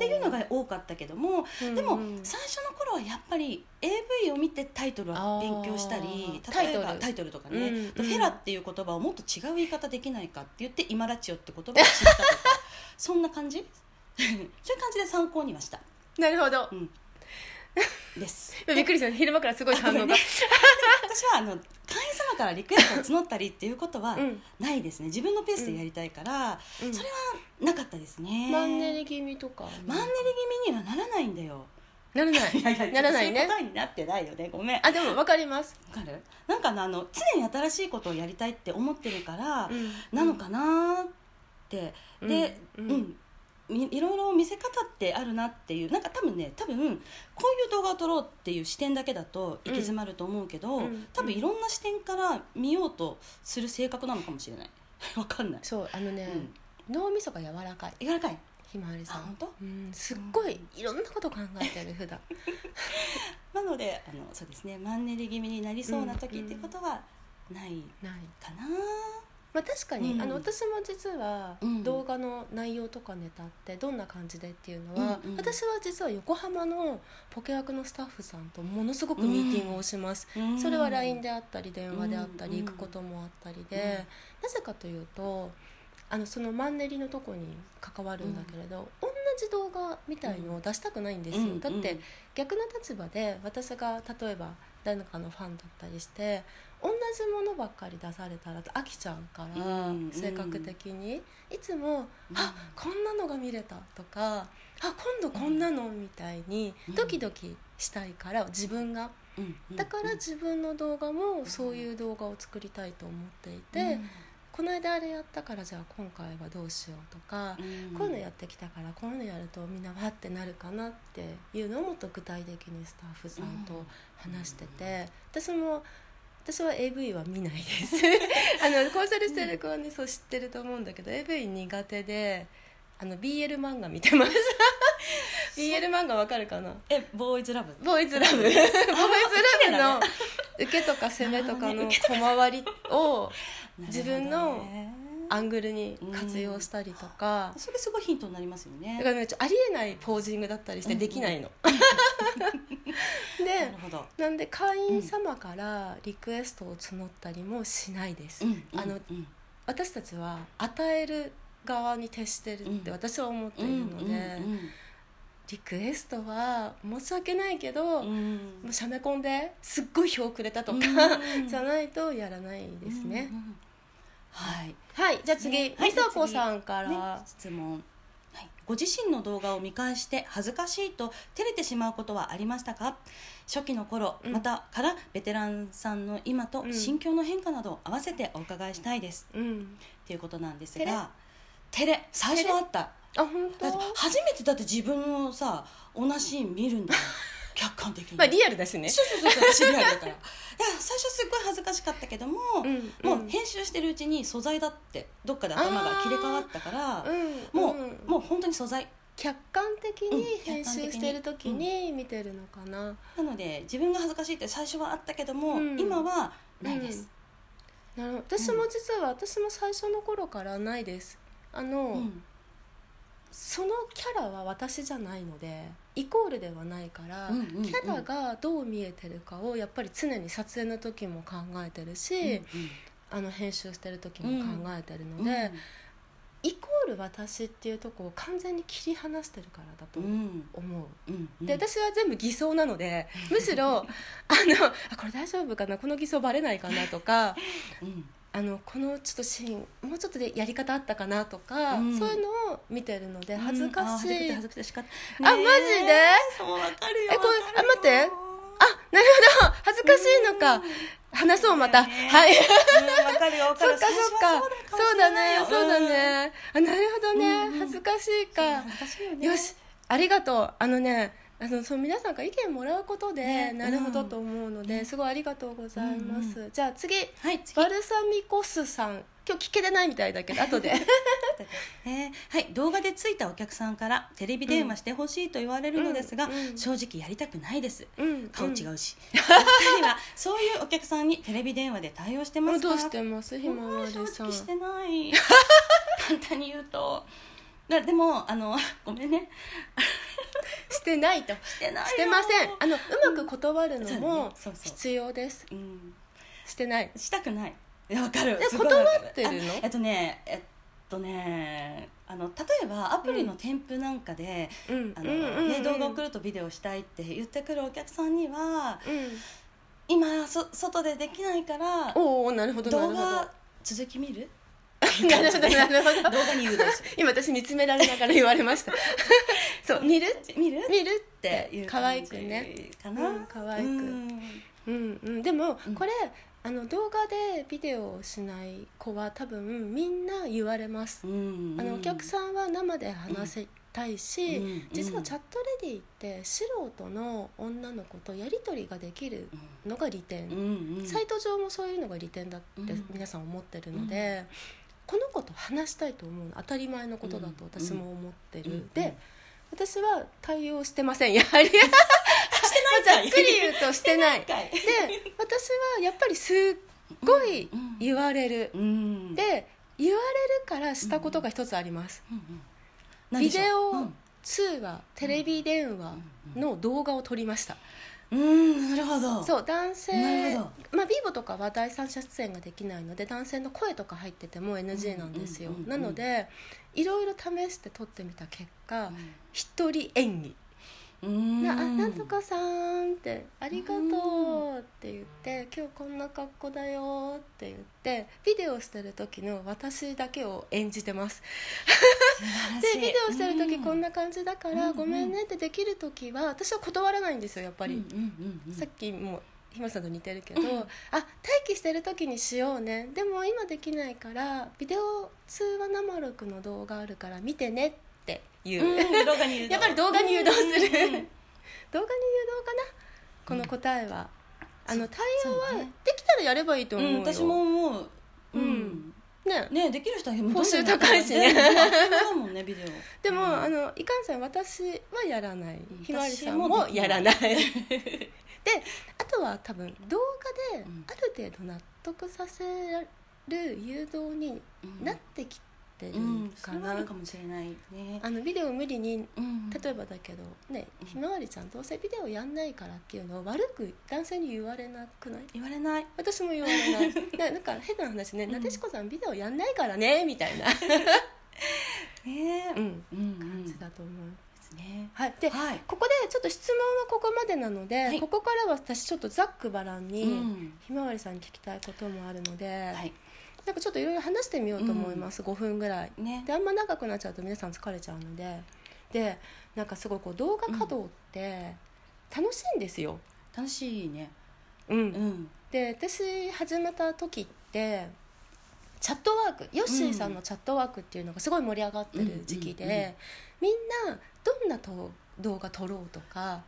ていうのが多かったけども、でも最初の頃はやっぱり AV を見てタイトルは勉強したり
あー
例え
タ
ば
イトル
タイトルとかね、
うんうん
フェラっていう言葉をもっと違う言い方できないかって言って「イマラチオ」って言葉を知った とかそんな感じ そういう感じで参考にはした
なるほど
です。
びっくりした昼間からすごい反応が、
私はあの会員様からリクエストを募ったりっていうことは
うん
ないですね自分のペースでやりたいから、それなかったですね
マンネリ気味とか
マンネリ気味にはならないんだよ
ならないならないね
そううことになってないよねごめんわ
あでもわかります、
かるなんかねあの常に新しいことをやりたいって思ってるから、
うん
なのかなーって、
うん
で
う
うんん、みいろいろ見せ方ってあるなっていうなんか多分ね多分こういう動画を撮ろうっていう視点だけだと行き詰まると思うけど、
うん
多分いろんな視点から見ようとする性格なのかもしれない わかんない、
そうあのね、
う
脳みそが柔らかい
ん、柔らかい
ひまわりさ
あ本
ん
当
うんすっごいいろんなこと考えてる普段
なのであのそうですねマンネリ気味になりそうな時ってことはない
ない
かな、
まあ、確かに、
うん
あの私も実は
うん
動画の内容とかネタってどんな感じでっていうのは、
うんうん
私は実は横浜のポケワクのスタッフさんとものすごくミーティングをします、
うん
それは LINE であったり電話であったり
うん
行くこともあったりで、
うん
なぜかというとあのそのマンネリのとこに関わるんだけれど、同じ動画みたいのを出したくないんですよ、
うん
だって逆の立場で私が例えば誰かのファンだったりして同じものばっかり出されたら飽きちゃうから、
うん
性格的にいつも「あこんなのが見れた」とか「あ今度こんなの」みたいに
うん
ドキドキしたいから自分が
うんうん
だから自分の動画もそういう動画を作りたいと思っていて、この間あれやったからじゃあ今回はどうしようとか
う、ん
こういうのやってきたからこういうのやるとみんなわってなるかなっていうのをもっと具体的にスタッフさんと話してて、私も私は AV は見ないです あのコンサルしてる子はね、 そう知ってると思うんだけど AV 苦手であの BL 漫画見てます BL 漫画わかるかな
え ボーイズラブ
ボーイズラブボーイズラ ブの受けとか攻めとかの小回り を自分
なるほ
の
どね
アングルに活用したりとか
それすごいヒントになりますよね
だからねちょありえないポージングだったりしてできないの。
な
で
るほど
なんで会員様からリクエストを募ったりもしないです。あの
うん
私たちは与える側に徹してるって
うん
私は思って
う
いる
ん
のでリクエストは申し訳ないけ
う
ど
んう
も
ん
うしゃめ込んですっごい票くれたとか
うん
じゃないとやらないですね
うん。うんうんはい
はいじゃあ次
ねはい
美佐子さんか
ね
ら、
質問、はい、ご自身の動画を見返して恥ずかしいと照れてしまうことはありましたか初期の頃、
うん
またからベテランさんの今と
うん
心境の変化などを合わせてお伺いしたいです、
うん
っていうことなんですが照れ最初はあった
あ本当
だって初めてだって自分のさ同じシーン見るん だよ客観的に、
まあリアルだしね
そうそうそうそう知り合いだから だから最初すっごい恥ずかしかったけども、
うん
もう編集してるうちに素材だってどっかで頭が切り替わったから、
うん
もう、
うん
もう本当に素材
客観的に
うん
編集してる時に見てるのかな、
なので自分が恥ずかしいって最初はあったけども、
うん
今はないです、
なるほど私も実は私も最初の頃からないですあの、
うん
そのキャラは私じゃないのでイコールではないから、
うんうんうん
キャラがどう見えてるかをやっぱり常に撮影の時も考えてる
うん
し、あの編集してる時も考えてる
う
の
ん
で、イコール私っていうとこを完全に切り離してるからだと
うん
思う。
うんうん
で私は全部偽装なの でむしろあのあこれ大丈夫かなこの偽装バレないかなとか
うん
あのこのちょっとシーンもうちょっとでやり方あったかなとか、
うん
そういうのを見てるので恥ずかしい、あ
うんあー恥ずかしくて恥ずかしくてしか
あマジで
そうわかるよ
えこれ
わかるよ
あ待ってなるほど恥ずかしいのか、話そうまた、
そうだよね
はい
うんわかるよわ か
そっ
る
かそっか
最初は
そうだね
かもし
そう
れな
だ
いよ
ね、あなるほどね、
うんうん
恥ずかしい
うん
か、
恥ずかしいよね
よしありがとうあのねあのそう皆さんから意見もらうことで、
ね
なるほどと思うので、
うん
すごいありがとうございます、
う
じゃあ次
はい次
バルサミコ酢さん今日聞けてないみたいだ けど後で
えーはい、動画でついたお客さんからテレビ電話してほしいと言われるのですが、
うんうん
正直やりたくないです
うん
顔違
ん
うし、お二人はそういうお客さんにテレビ電話で対応してま
もう
すか
どうしてますひ
う
まわ
ん
り
正
さん
直してない 簡単に言うとだでもあの ごめんね
してないと
してないよ
してませんあのうまく断るのも
そうだねそうそう
必要です
うん、
してない
したくないいやわかる
え
すごいわか
断ってるの
あえっとねえっとねあの例えばアプリの添付なんかで、
うん
あ
う
の
んうんう
ね、
ん
動画送るとビデオしたいって言ってくるお客さんには
うん
今そ外でできないから
おうおうなるほどなるほ
動
ど
画続き見 る
なるほどなるほど
動画に誘導する
今私見つめられながら言われ ましたそう見る
見るっ
見るって
い
て
う
可愛
感
く
じ
ね
かな、
うん可愛く
うん
うんうんでも
うん
これあの動画でビデオをしない子は多分みんな言われます
うん
あのお客
ん
さんは生で話したいし、
うん
実はチャットレディって素人の女の子とやり取りができるのが利点、
うんうん
サイト上もそういうのが利点だって
うん
皆さん思ってるので、この子と話したいと思うの当たり前のことだと私も思ってる、
うん
で私は対応してませんやはりざっ
してない んかい
くり言うとしてない
して ないんかい
で私はやっぱりすっごい言われる、
うん
で言われるからしたことが一つあります、
うんうん何
ビ
でしょう
デ
う
オ
ん
通話、テレビ電話の動画を撮りました、
うんなるほど
そう男
な
性
るほ
まあ、ビーボとかは第三者出演ができないので男性の声とか入ってても NG なんですよ、
うんうんうん
な
うん
のでいろいろ試して撮ってみた結果
うん
一人演技
うん
なあなんとかさんって「ありがとう」って言って「今日こんな格好だよ」って言ってビデオしてる時の私だけを演じてます
素晴ら
で
しい
ビデオしてる時こん
や
な
っ
感じだから、
うん
ごめんねってできる時は私は断らないんですよやっぱり、さっきもひまさんと似てるけど、
うん
あ待機してる時にしようねでも今できないからビデオ通話生録の動画あるから見てねっていう、
うん、動画に誘導
やっぱり動画に誘導する
うんうんうん
動画に誘導かなこの答えは、あの対応
そう
は
ね
できたらやればいいと思う
う
よ、
ん、私も思う、
うんね
ねできる人は
報酬高いしね
どんどんやっても らえばそうだもんねビデオ
でも、
うん
あのいかんせん私はやらない
ん
ひまわりさん
私も
も
できない
やらないであとは多分動画で
うん
ある程度納得させる誘導になってきてる
うんそ
か
れは
な、
あるかもしれないね
あのビデオ無理に
うん
例えばだけどね
うん
ひまわりちゃんどうせビデオやんないからっていうのを悪く男性に言われなくない
言われない
私も言われない ななんか変な話ね、
うん
なでしこさんビデオやんないからねみたいな、
ね
う
うん
ん、
うんうん
感
で
じだと思う、
すね
はいで
はい
ここでちょっと質問はここまでなので、
はい
ここからは私ちょっとざっくばらんに、
うん
ひまわりさんに聞きたいこともあるので、
はい
なんかちょっといろいろ話してみようと思います、5分ぐらい
ね
であんま長くなっちゃうと皆さん疲れちゃうのででなんかすごいこう動画稼働って楽しいんですよ、
楽しいね
うん
うん
で私始めた時ってチャットワークヨッシーさんのチャットワークっていうのがすごい盛り上がってる時期で、
うんうんうんうん
みんなどんなと動画撮ろうとか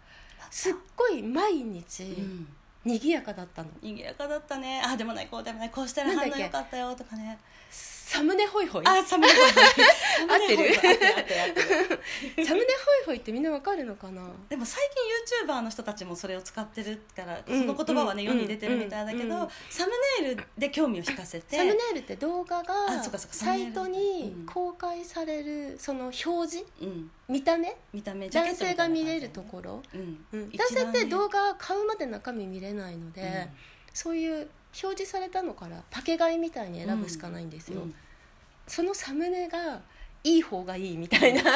すっごい毎日
うん
賑やかだったの、
賑やかだったねあでもないこうでもないこうしたら
なんだっけ
反応良かったよとかね
サムネホイホイ
あ寒い
合ってる
合ってる合ってる合ってる
サムネホイホイってみんなわかるのかな
でも最近 YouTuber の人たちもそれを使ってるから、
うん
その言葉はね、
うん
世に出てるみたいだけど、
うんうん
サムネイルで興味を引かせて
サムネイルって動画が
あそうかそうかサ
サ
ムネイ
イ
ル
トに公開されるその表示
うん、
見た目
見た目ジャケ
男
ットみ
性が
たいな
見
感じだよ
れ
ね
るところ、
うん
うん、男
一
性
番
っ
ね
て動画買うまで中身見れないので、
うん
そういう表示されたのからパケ買いみたいに選ぶしかないんですよ、
うん
そのサムネがいい方がいいみたいな、
最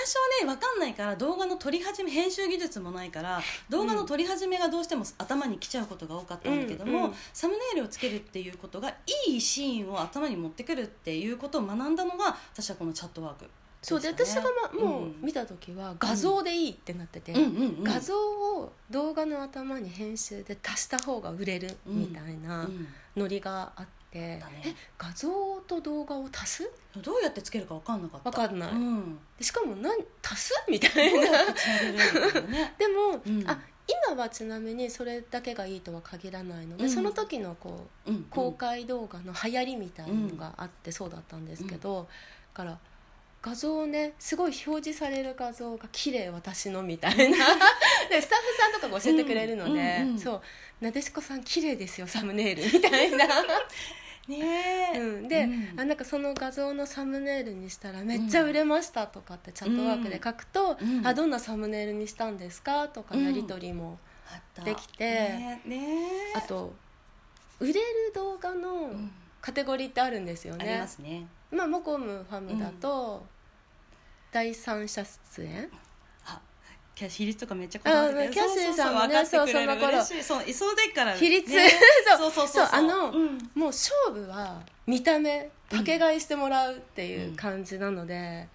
初はね分かんないから動画の撮り始め編集技術もないから動画の撮り始めがどうしても頭に来ちゃうことが多かったんだけども、
うんうん
サムネイルをつけるっていうことがいいシーンを頭に持ってくるっていうことを学んだのが私はこのチャットワーク
そうで
したね
私が、ま、もうん見た時は画像でいいってなってて、
うんうんうん
画像を動画の頭に編集で足した方が売れるみたいな
うん
ノリがあって、え
だね
画像と動画を足す
どうやってつけるか分かんなかった
わかんない
うん、
でしかも何足す みたい
どう
な
やってつなげるんだろうね
でも、
うん
あ今はちなみにそれだけがいいとは限らないので、
うん
その時のこう
うん
公開動画の流行りみたいなのがあってそうだったんですけど、だから画像をねすごい表示される画像が綺麗私のみたいなでスタッフさんとかが教えてくれるので、
うんうんうん
そう「なでしこさん綺麗ですよサムネイル」みたいな、
ねえ、
うん、で、
うん
あなんかその画像のサムネイルにしたらめっちゃ売れましたとかってチャットワークで書くと「
うん
あどんなサムネイルにしたんですか?」とかやり取りも。
あった
できて
ねえねえ
あと売れる動画の
うん
カテゴリーってあるんですよ
あり
ね
ま、すね
まあモコムファムだと、第三者出演
あキャ比率とかめっちゃこだわって
あキャシーさんもね
そうそうそう分かってくれる
そう
嬉しいそういそうでっから
比率、
ね
そ
そううそう
そ
そうう
あの
うん
もう勝負は見た目パケ買いしてもらうっていう感じなので、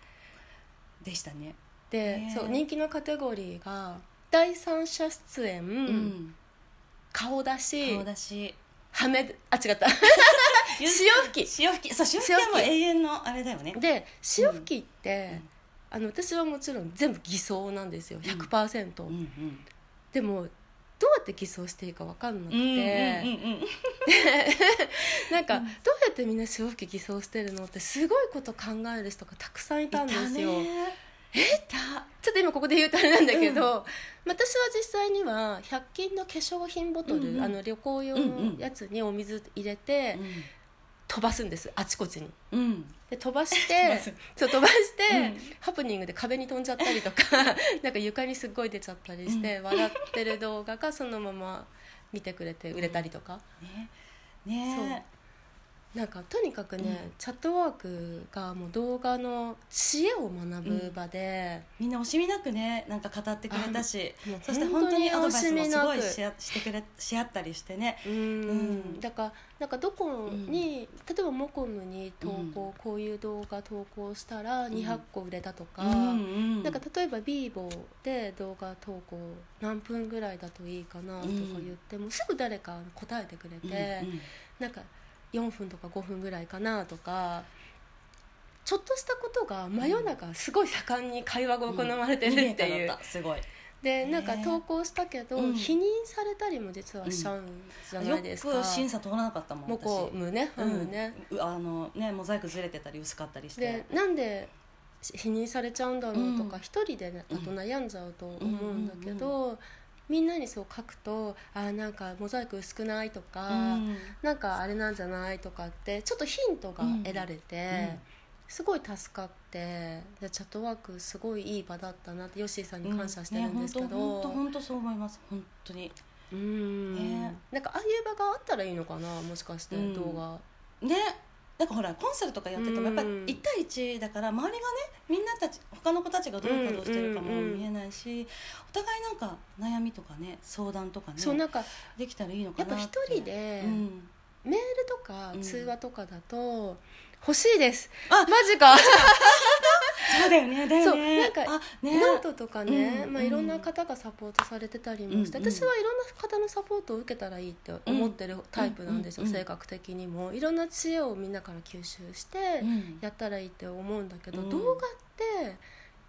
でしたね
で
ね
そう人気のカテゴリーが第三者出演、
うん
顔出し
顔出し
はめあ違 った潮吹き
潮吹きそう潮吹きはもう永遠のあれだよね
で潮吹きって、
うん
あの私はもちろん全部偽装なんですよ100%、
うんうん
でもどうやって偽装していいか分かんなく
う
て、
んうんうん
なんかどうやってみんな潮吹き偽装してるのってすごいこと考える人がたくさんいたんですよ
いたねいた
ちょっと今ここで言うとあれなんだけど、 私は実際には100均の化粧品ボトル、
うんうん
あの旅行用のやつにお水入れて飛ばすんですあちこちに。
うんうん
で飛ばし
飛ば
て
す
そう飛ばして、
うん
ハプニングで壁に飛んじゃったりとか なんか床にすっごい出ちゃったりして、笑ってる動画がそのまま見てくれて売れたりとか、
ねね
なんかとにかくね、チャットワークがもう動画の知恵を学ぶ場で、
みんな惜しみなくねなんか語ってくれたし
あもう
そして本当にアドバイスもすご
本当に
い
惜し
しあしてくれし合ったりしてね
うん
うん
だからなんかどこに、例えばモコムに投稿、こういう動画投稿したら
ん
200個売れたとか。
うん
なんか例えばビーボーで動画投稿何分ぐらいだといいかなとか言っても、すぐ誰か答えてくれて、
うんうん
なんか4分とか5分ぐらいかなとかちょっとしたことが真夜中すごい盛んに会話が行われてるっていう、
うんすごい
でなんか
ね
投稿したけど、
うん
否認されたりも実はしちゃうんじゃないですか、
よく審査通らなかったもん
も
私
こむねハムね、
うん、あのねモザイクずれてたり薄かったりして
でなんで否認されちゃうんだろうとか、
うん
一人でねあと悩んじゃうと思うんだけど、みんなにそう書くと「あーなんかモザイク薄くない?」とか、
うん
なんかあれなんじゃない?」とかってちょっとヒントが得られて、
うん
すごい助かってでチャットワークすごいいい場だったなってヨッシーさんに感謝してるんですけ
ね本当
ど、
本当そう思います本当に
うん
ね
なんかああいう場があったらいいのかなもしかして
うん
動画。
ねなんかほらコンサルとかやっててもやっぱり
うん
1対1だから周りがねみんなたち他の子たちがどういうことをしてるかも
うんうんうん
見えないしお互いなんか悩みとかね相談とか
そう
ね
なんか
できたらいいの
や
か
っ
な
ぱ
って
一人で
うん
メールとか
うん
通話とかだと欲しいです、
あ
マジか
そうだよねだよね
そうなんか
あね
ノートとかね、
うん
まあ、いろんな方がサポートされてたりもして、
うんうん
私はいろんな方のサポートを受けたらいいって思ってるタイプなんですよ、
うんうん
性格的にもいろんな知恵をみんなから吸収して
うん
やったらいいって思うんだけど、
うん
動画って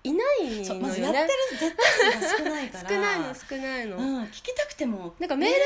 いない
そうま
の
ずや
よ
ってる
ね
絶対数が少ないから
少ないの少ないの、
うん聞きたくても
なんかメール100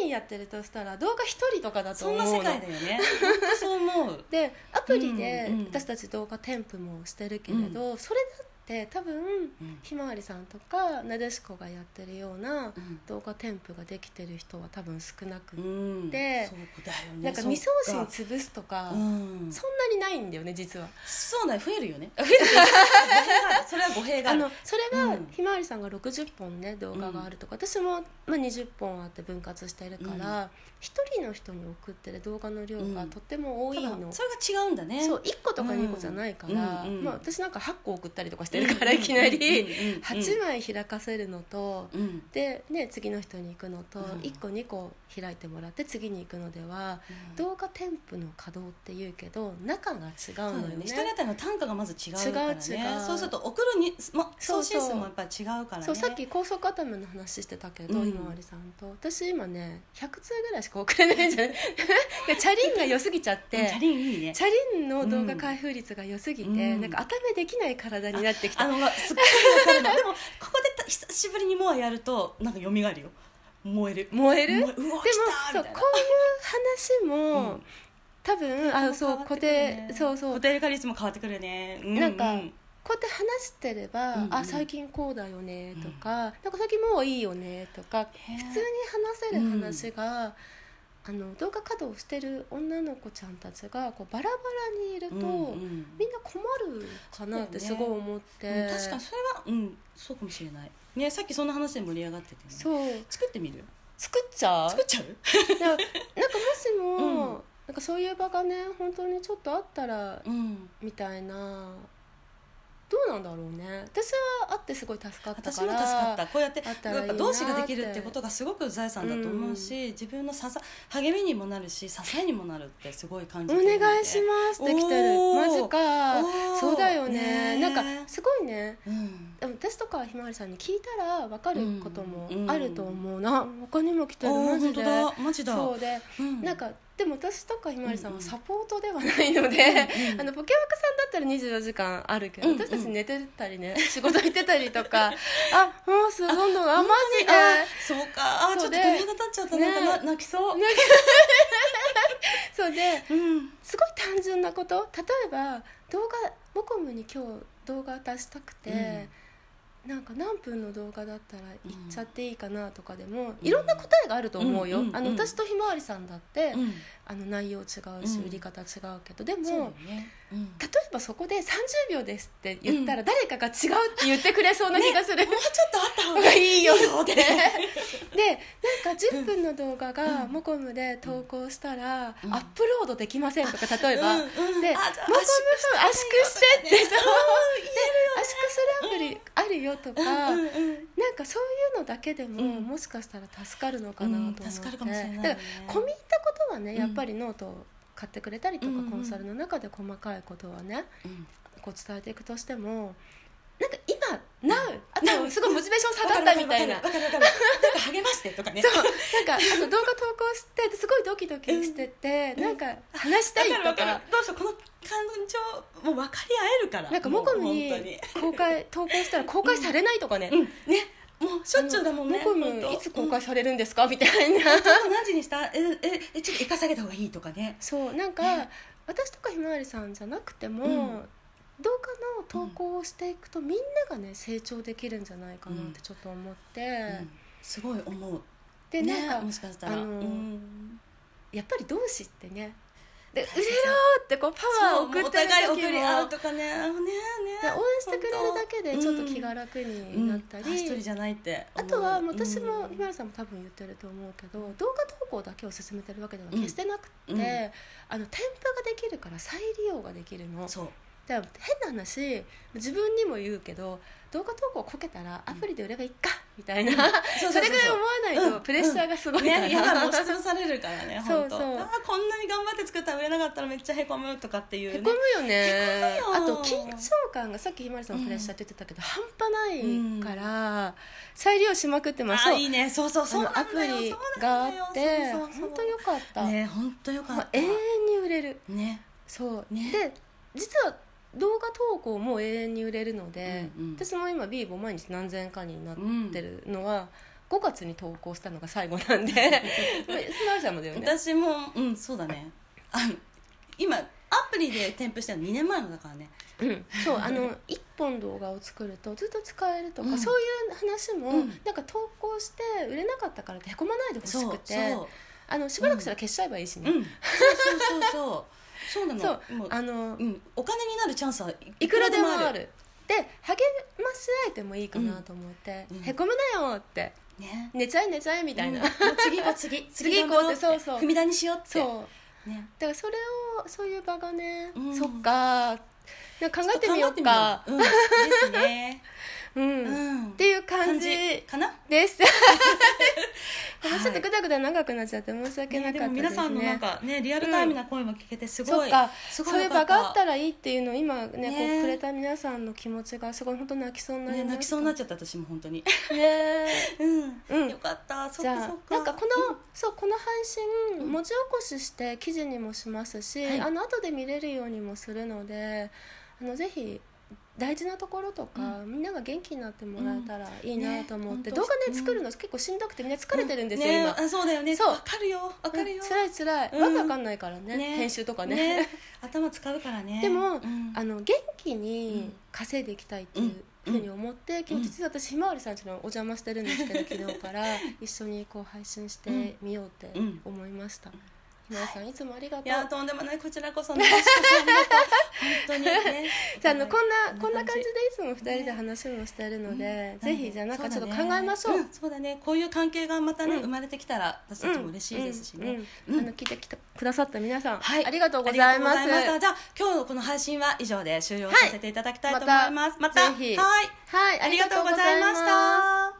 人やってるとしたら動画1人とかだと
そ
思
ん
う
な
の
世界だよね本当そう思う
でアプリで
うんうん
私たち動画添付もしてるけれど、それだって多分
うん
ひまわりさんとかなでしこがやってるような
うん
動画添付ができてる人は多分少なく、
うん
で
そうだよね
なんか
そっ
未送信潰すとか、
うん
そんなにないんだよね実は
そうだよ増えるよね増える それは語弊が
あ
ある
のそれが
うん
ひまわりさんが60本ね動画があるとか、私も、まあ、20本あって分割してるから、一人の人に送ってる動画の量がとっても多いの、
ただそれが違うんだね
そう1個とか2個じゃないから、
うんうんうん
まあ、私なんか8個送ったりとかしてるからいきなり8
枚
枚開かせるのと、
うん
で、ね、次の人に行くのと、
うん
1個2個開いてもらって次に行くのでは
う
動画添付の稼働っていうけど中が違
そうう
の
だ
よ
よ
ね
ね一人当たりの単価がまず違うからね
違う違う
そうすると送るに、ま、
そう
送
そう
信数もやっぱり違うからね
そうさっき高速頭の話してたけど、
うん
ひまわりさんと私今ね100通ぐらいしか送れないじ ゃないでチャリンが良すぎちゃっ
うん
て
チャリンいいね
チャリンの動画開封率が良すぎて、
うん
なんか頭できない体になってきた
あのすっごいわかるのでもここでた久しぶりにもうやるとなんか蘇るよ燃える
燃える
燃えうわ
で
来た
も
み
そ
た
う
い
こ
な
ういう話も、
うん
多分あそう固定そうそう
固定化率も変わってくるね、う
なんかこうやって話してれば「
うんうん
あ最近こうだよね」とか、なんか最近もういいよね」とか
へー
普通に話せる話が、あの動画稼働してる女の子ちゃんたちがこうバラバラにいると、
うんうん
みんな困るかなってすごい思って、
うん確かにそれはうんそうかもしれないねさっきそんな話で盛り上がってて、ね、
そう
作ってみる
作っちゃう
作っちゃう
だからなんかもしも、
うん
なんかそういう場がね本当にちょっとあったら
うん
みたいなどうなんだろうね私は会ってすごい助かった
私
か
も助
ら
かったこうやって
あったらいい
や
な
っ
っ
ぱ
て
同志ができるってことがすごく財産だと思うし、自分のささ励みにもなるし支えにもなるってすごい感じ
お
てるんで
願いしますできてる
おー
マジか
おー
そうだよね
ね
なんかすごいね
うん
でも私とかひまわりさんに聞いたら分かることもあると思うな、他にも来てる
お
マ
ー
ジ
本
で
当だマジだ
そうで、
うん
なんかでも私とかひまわりさん
う
は
んうん
サポートではないので、
うん
あのポケワクさんだったら24時間あるけど、
うんうん
私たち寝てたりね 仕事行ってたりと かあもうすどんどんあマジで
あそうかあーちょ
そ
っ
う
と
で
鳥肌立っちゃった、
ね
なんかな泣きそう、
なんかそうで
うん
すごい単純なこと例えば動画モコムに今日動画出したくて、なんか何分の動画だったら行っちゃっていいかなとかでも、いろんな答えがあると思うよ、
うんうんうん
あの私とひまわりさんだって、
うん
あの内容違うし、
うん
売り方違うけどでも
そうだよね、うん
例えばそこで30秒ですって言ったら誰かが違うって言ってくれそうな気がする、
もうちょっとあった方
方
が
が
いいよ っ
で
て
なんか10分の動画がモコムで投稿したらアップロードできませんとか例えば、で
あ
モコム
じゃあ
圧縮してってそう で圧縮するアプリあるよとか、
うんうん
なんかそういうのだけでも、
うん
もしかしたら助かるのかなと思って、
うん助かるかもしれないね
だから込み入ったことはね
うん
やっぱりノートを買ってくれたりとか、
うんうん
コンサルの中で細かいことはね
うん
こう伝えていくとしてもなんか今 Now あ
Now
とすごいモチベーション下がったみたいな
わ。かるわかるわかるわかるなんか励ましてとかね
そうなんかあの動画投稿してですごいドキドキしてて、
うん
なんか話したいと
わ
か
かるわかるどうしようこの感情もう分かり合えるから
なんかモコム
もう
に
本当
公
に
開投稿したら公開されないとかね、
うんねもうしょっちゅうだもんね
あの猫
ほん
も
と
いつ公開されるんですかみたいな
何時にしたえええちょっと一回下げた方がいいとかね
そうなんか
ね
私とかひまわりさんじゃなくても、
うん
動画の投稿をしていくと、みんながね成長できるんじゃないかなってちょっと思って、
うんすごい思う
で
ね
なん
も
か
しかしたら
あの
うん
やっぱり同志ってねで売れ
そう
ろってこうパワーを送って
お
るだ
互い送
けで
り合うとかねねね
応援してくれるだけで
本
ち
当
ょっと気が楽になったり、
うんあ一人じゃないって
あ
思う
とは私も
うん
ひまわりさんも多分言ってると思うけど動画投稿だけを進めてるわけでは
うん
決してなくて、
うん
あの添付ができるから再利用ができるの
そう
だから変な話自分にも言うけど動画投稿こけたらアプリで売ればいいかみたいな、
そ
そ
うそう
れぐらい思わないとプレッシャーがすごいから、
ね、 やだもう必要されるからね
そう
本当
そう
あーこんなに頑張って作ったら売れなかったらめっちゃへこむとかっていう
へ
ね
こむよね
へこむよ
あと緊張感がさっきひまわりさんもプレッシャーって言ってたけど、半端ないから、再利用しまくって
あ
ます
ーいいねそうそう
そ
そうう
あのアプリがあって本当よかった、
かね本当よか
ま
っ
あ
た
永遠に売れる
ね
そう、
ね
で実は動画投稿も永遠に売れるので、
うんうん
私も今ビーボ毎日何千かになってるのは、5月に投稿したのが最後なん で素直さんもだよね
私もうんそうだねあ今アプリで添付したの2年前のだからね
うん、そうあの1本動画を作るとずっと使えるとか、
うん
そういう話も、
うん
なんか投稿して売れなかったからってへこまないでほし
そ
く
う
て
そう
あのしばらくしたら消しちゃえばいいし
う
ね、
ん、そうそうそうそうそうなの
そう
もう
あの
うん、お金になるチャンスはい
くらでもあるで励まし合えてもいいかなと思って、
うんうん
へこむなよって
ね
寝ちゃえ寝ちゃえみたいな、
うんもう次は 次
次行こうって
頑張ろ
そうそう
踏み台にしようって
そう
ね
だからそれをそういう場がね、
うん
そっかなんか考えてみよう
ちょっ
か
と考えてみよううん、ですね、
うん、っ
うん、
ていう感
感
じ
じかな
ですもう ちょっとぐだぐだ長くなっちゃって申し訳な
ね、
か
で
った
も
ですね
皆さんのなんかねリアルタイムな声も聞けてすご
そ
い、
っか
すご
そうい
よ
う
か
場があったたらいいっていうのを今ねこ
ね
うくれた皆さんの気持ちがすごい本当泣きそうになり
ね
ました
泣きそうになっちゃった私も本当 に
ね
うん、
うん
よかったそっ
じゃ
か
あ
そっか
なんかこの、そうこの配信文字起こしして記事にもしますし、
はい
あの後で見れるようにもするのであのぜひ大事なところとか、みんなが元気になってもらえたらいいなと思って、
ね
動画ね、
本当
作るの結構しんどくてみんな疲れてるんですよ、
ね
今。
あそうだよね
そう
わかるよわかるよ、
つらいつらい、
うん
わけわかんないからね
ね
編集とかね
ね頭使うからね
でも、
うん
あの元気に稼いでいきたいっていうふうに思って、今日実は私ひまわりさんちのお邪魔してるんですけど、昨日から一緒にこう配信してみようって思いました、ひまわりさんいつもありがと、
いうやとんでもないこちらこ そねこちらこそありがとう本当にね
じゃああのこんなこ
こ
ん
ん
な
な感
感じで
じ
いつも二人で話もしてるので、ぜひじゃあなんかちょっと考えましょう、
そうだね,ん、そうだねこういう関係がまたね、
うん
生まれてきたら私たちも嬉しいですしね、
うんうんあの聞いてきてくださった皆さん、
はい
ありがとうございます
ありがとうございましたじゃあ今日のこの配信は以上で終了させていただきたいと思います、
ま
ま
た
た
ぜひ
はい
はい
ありがとうございました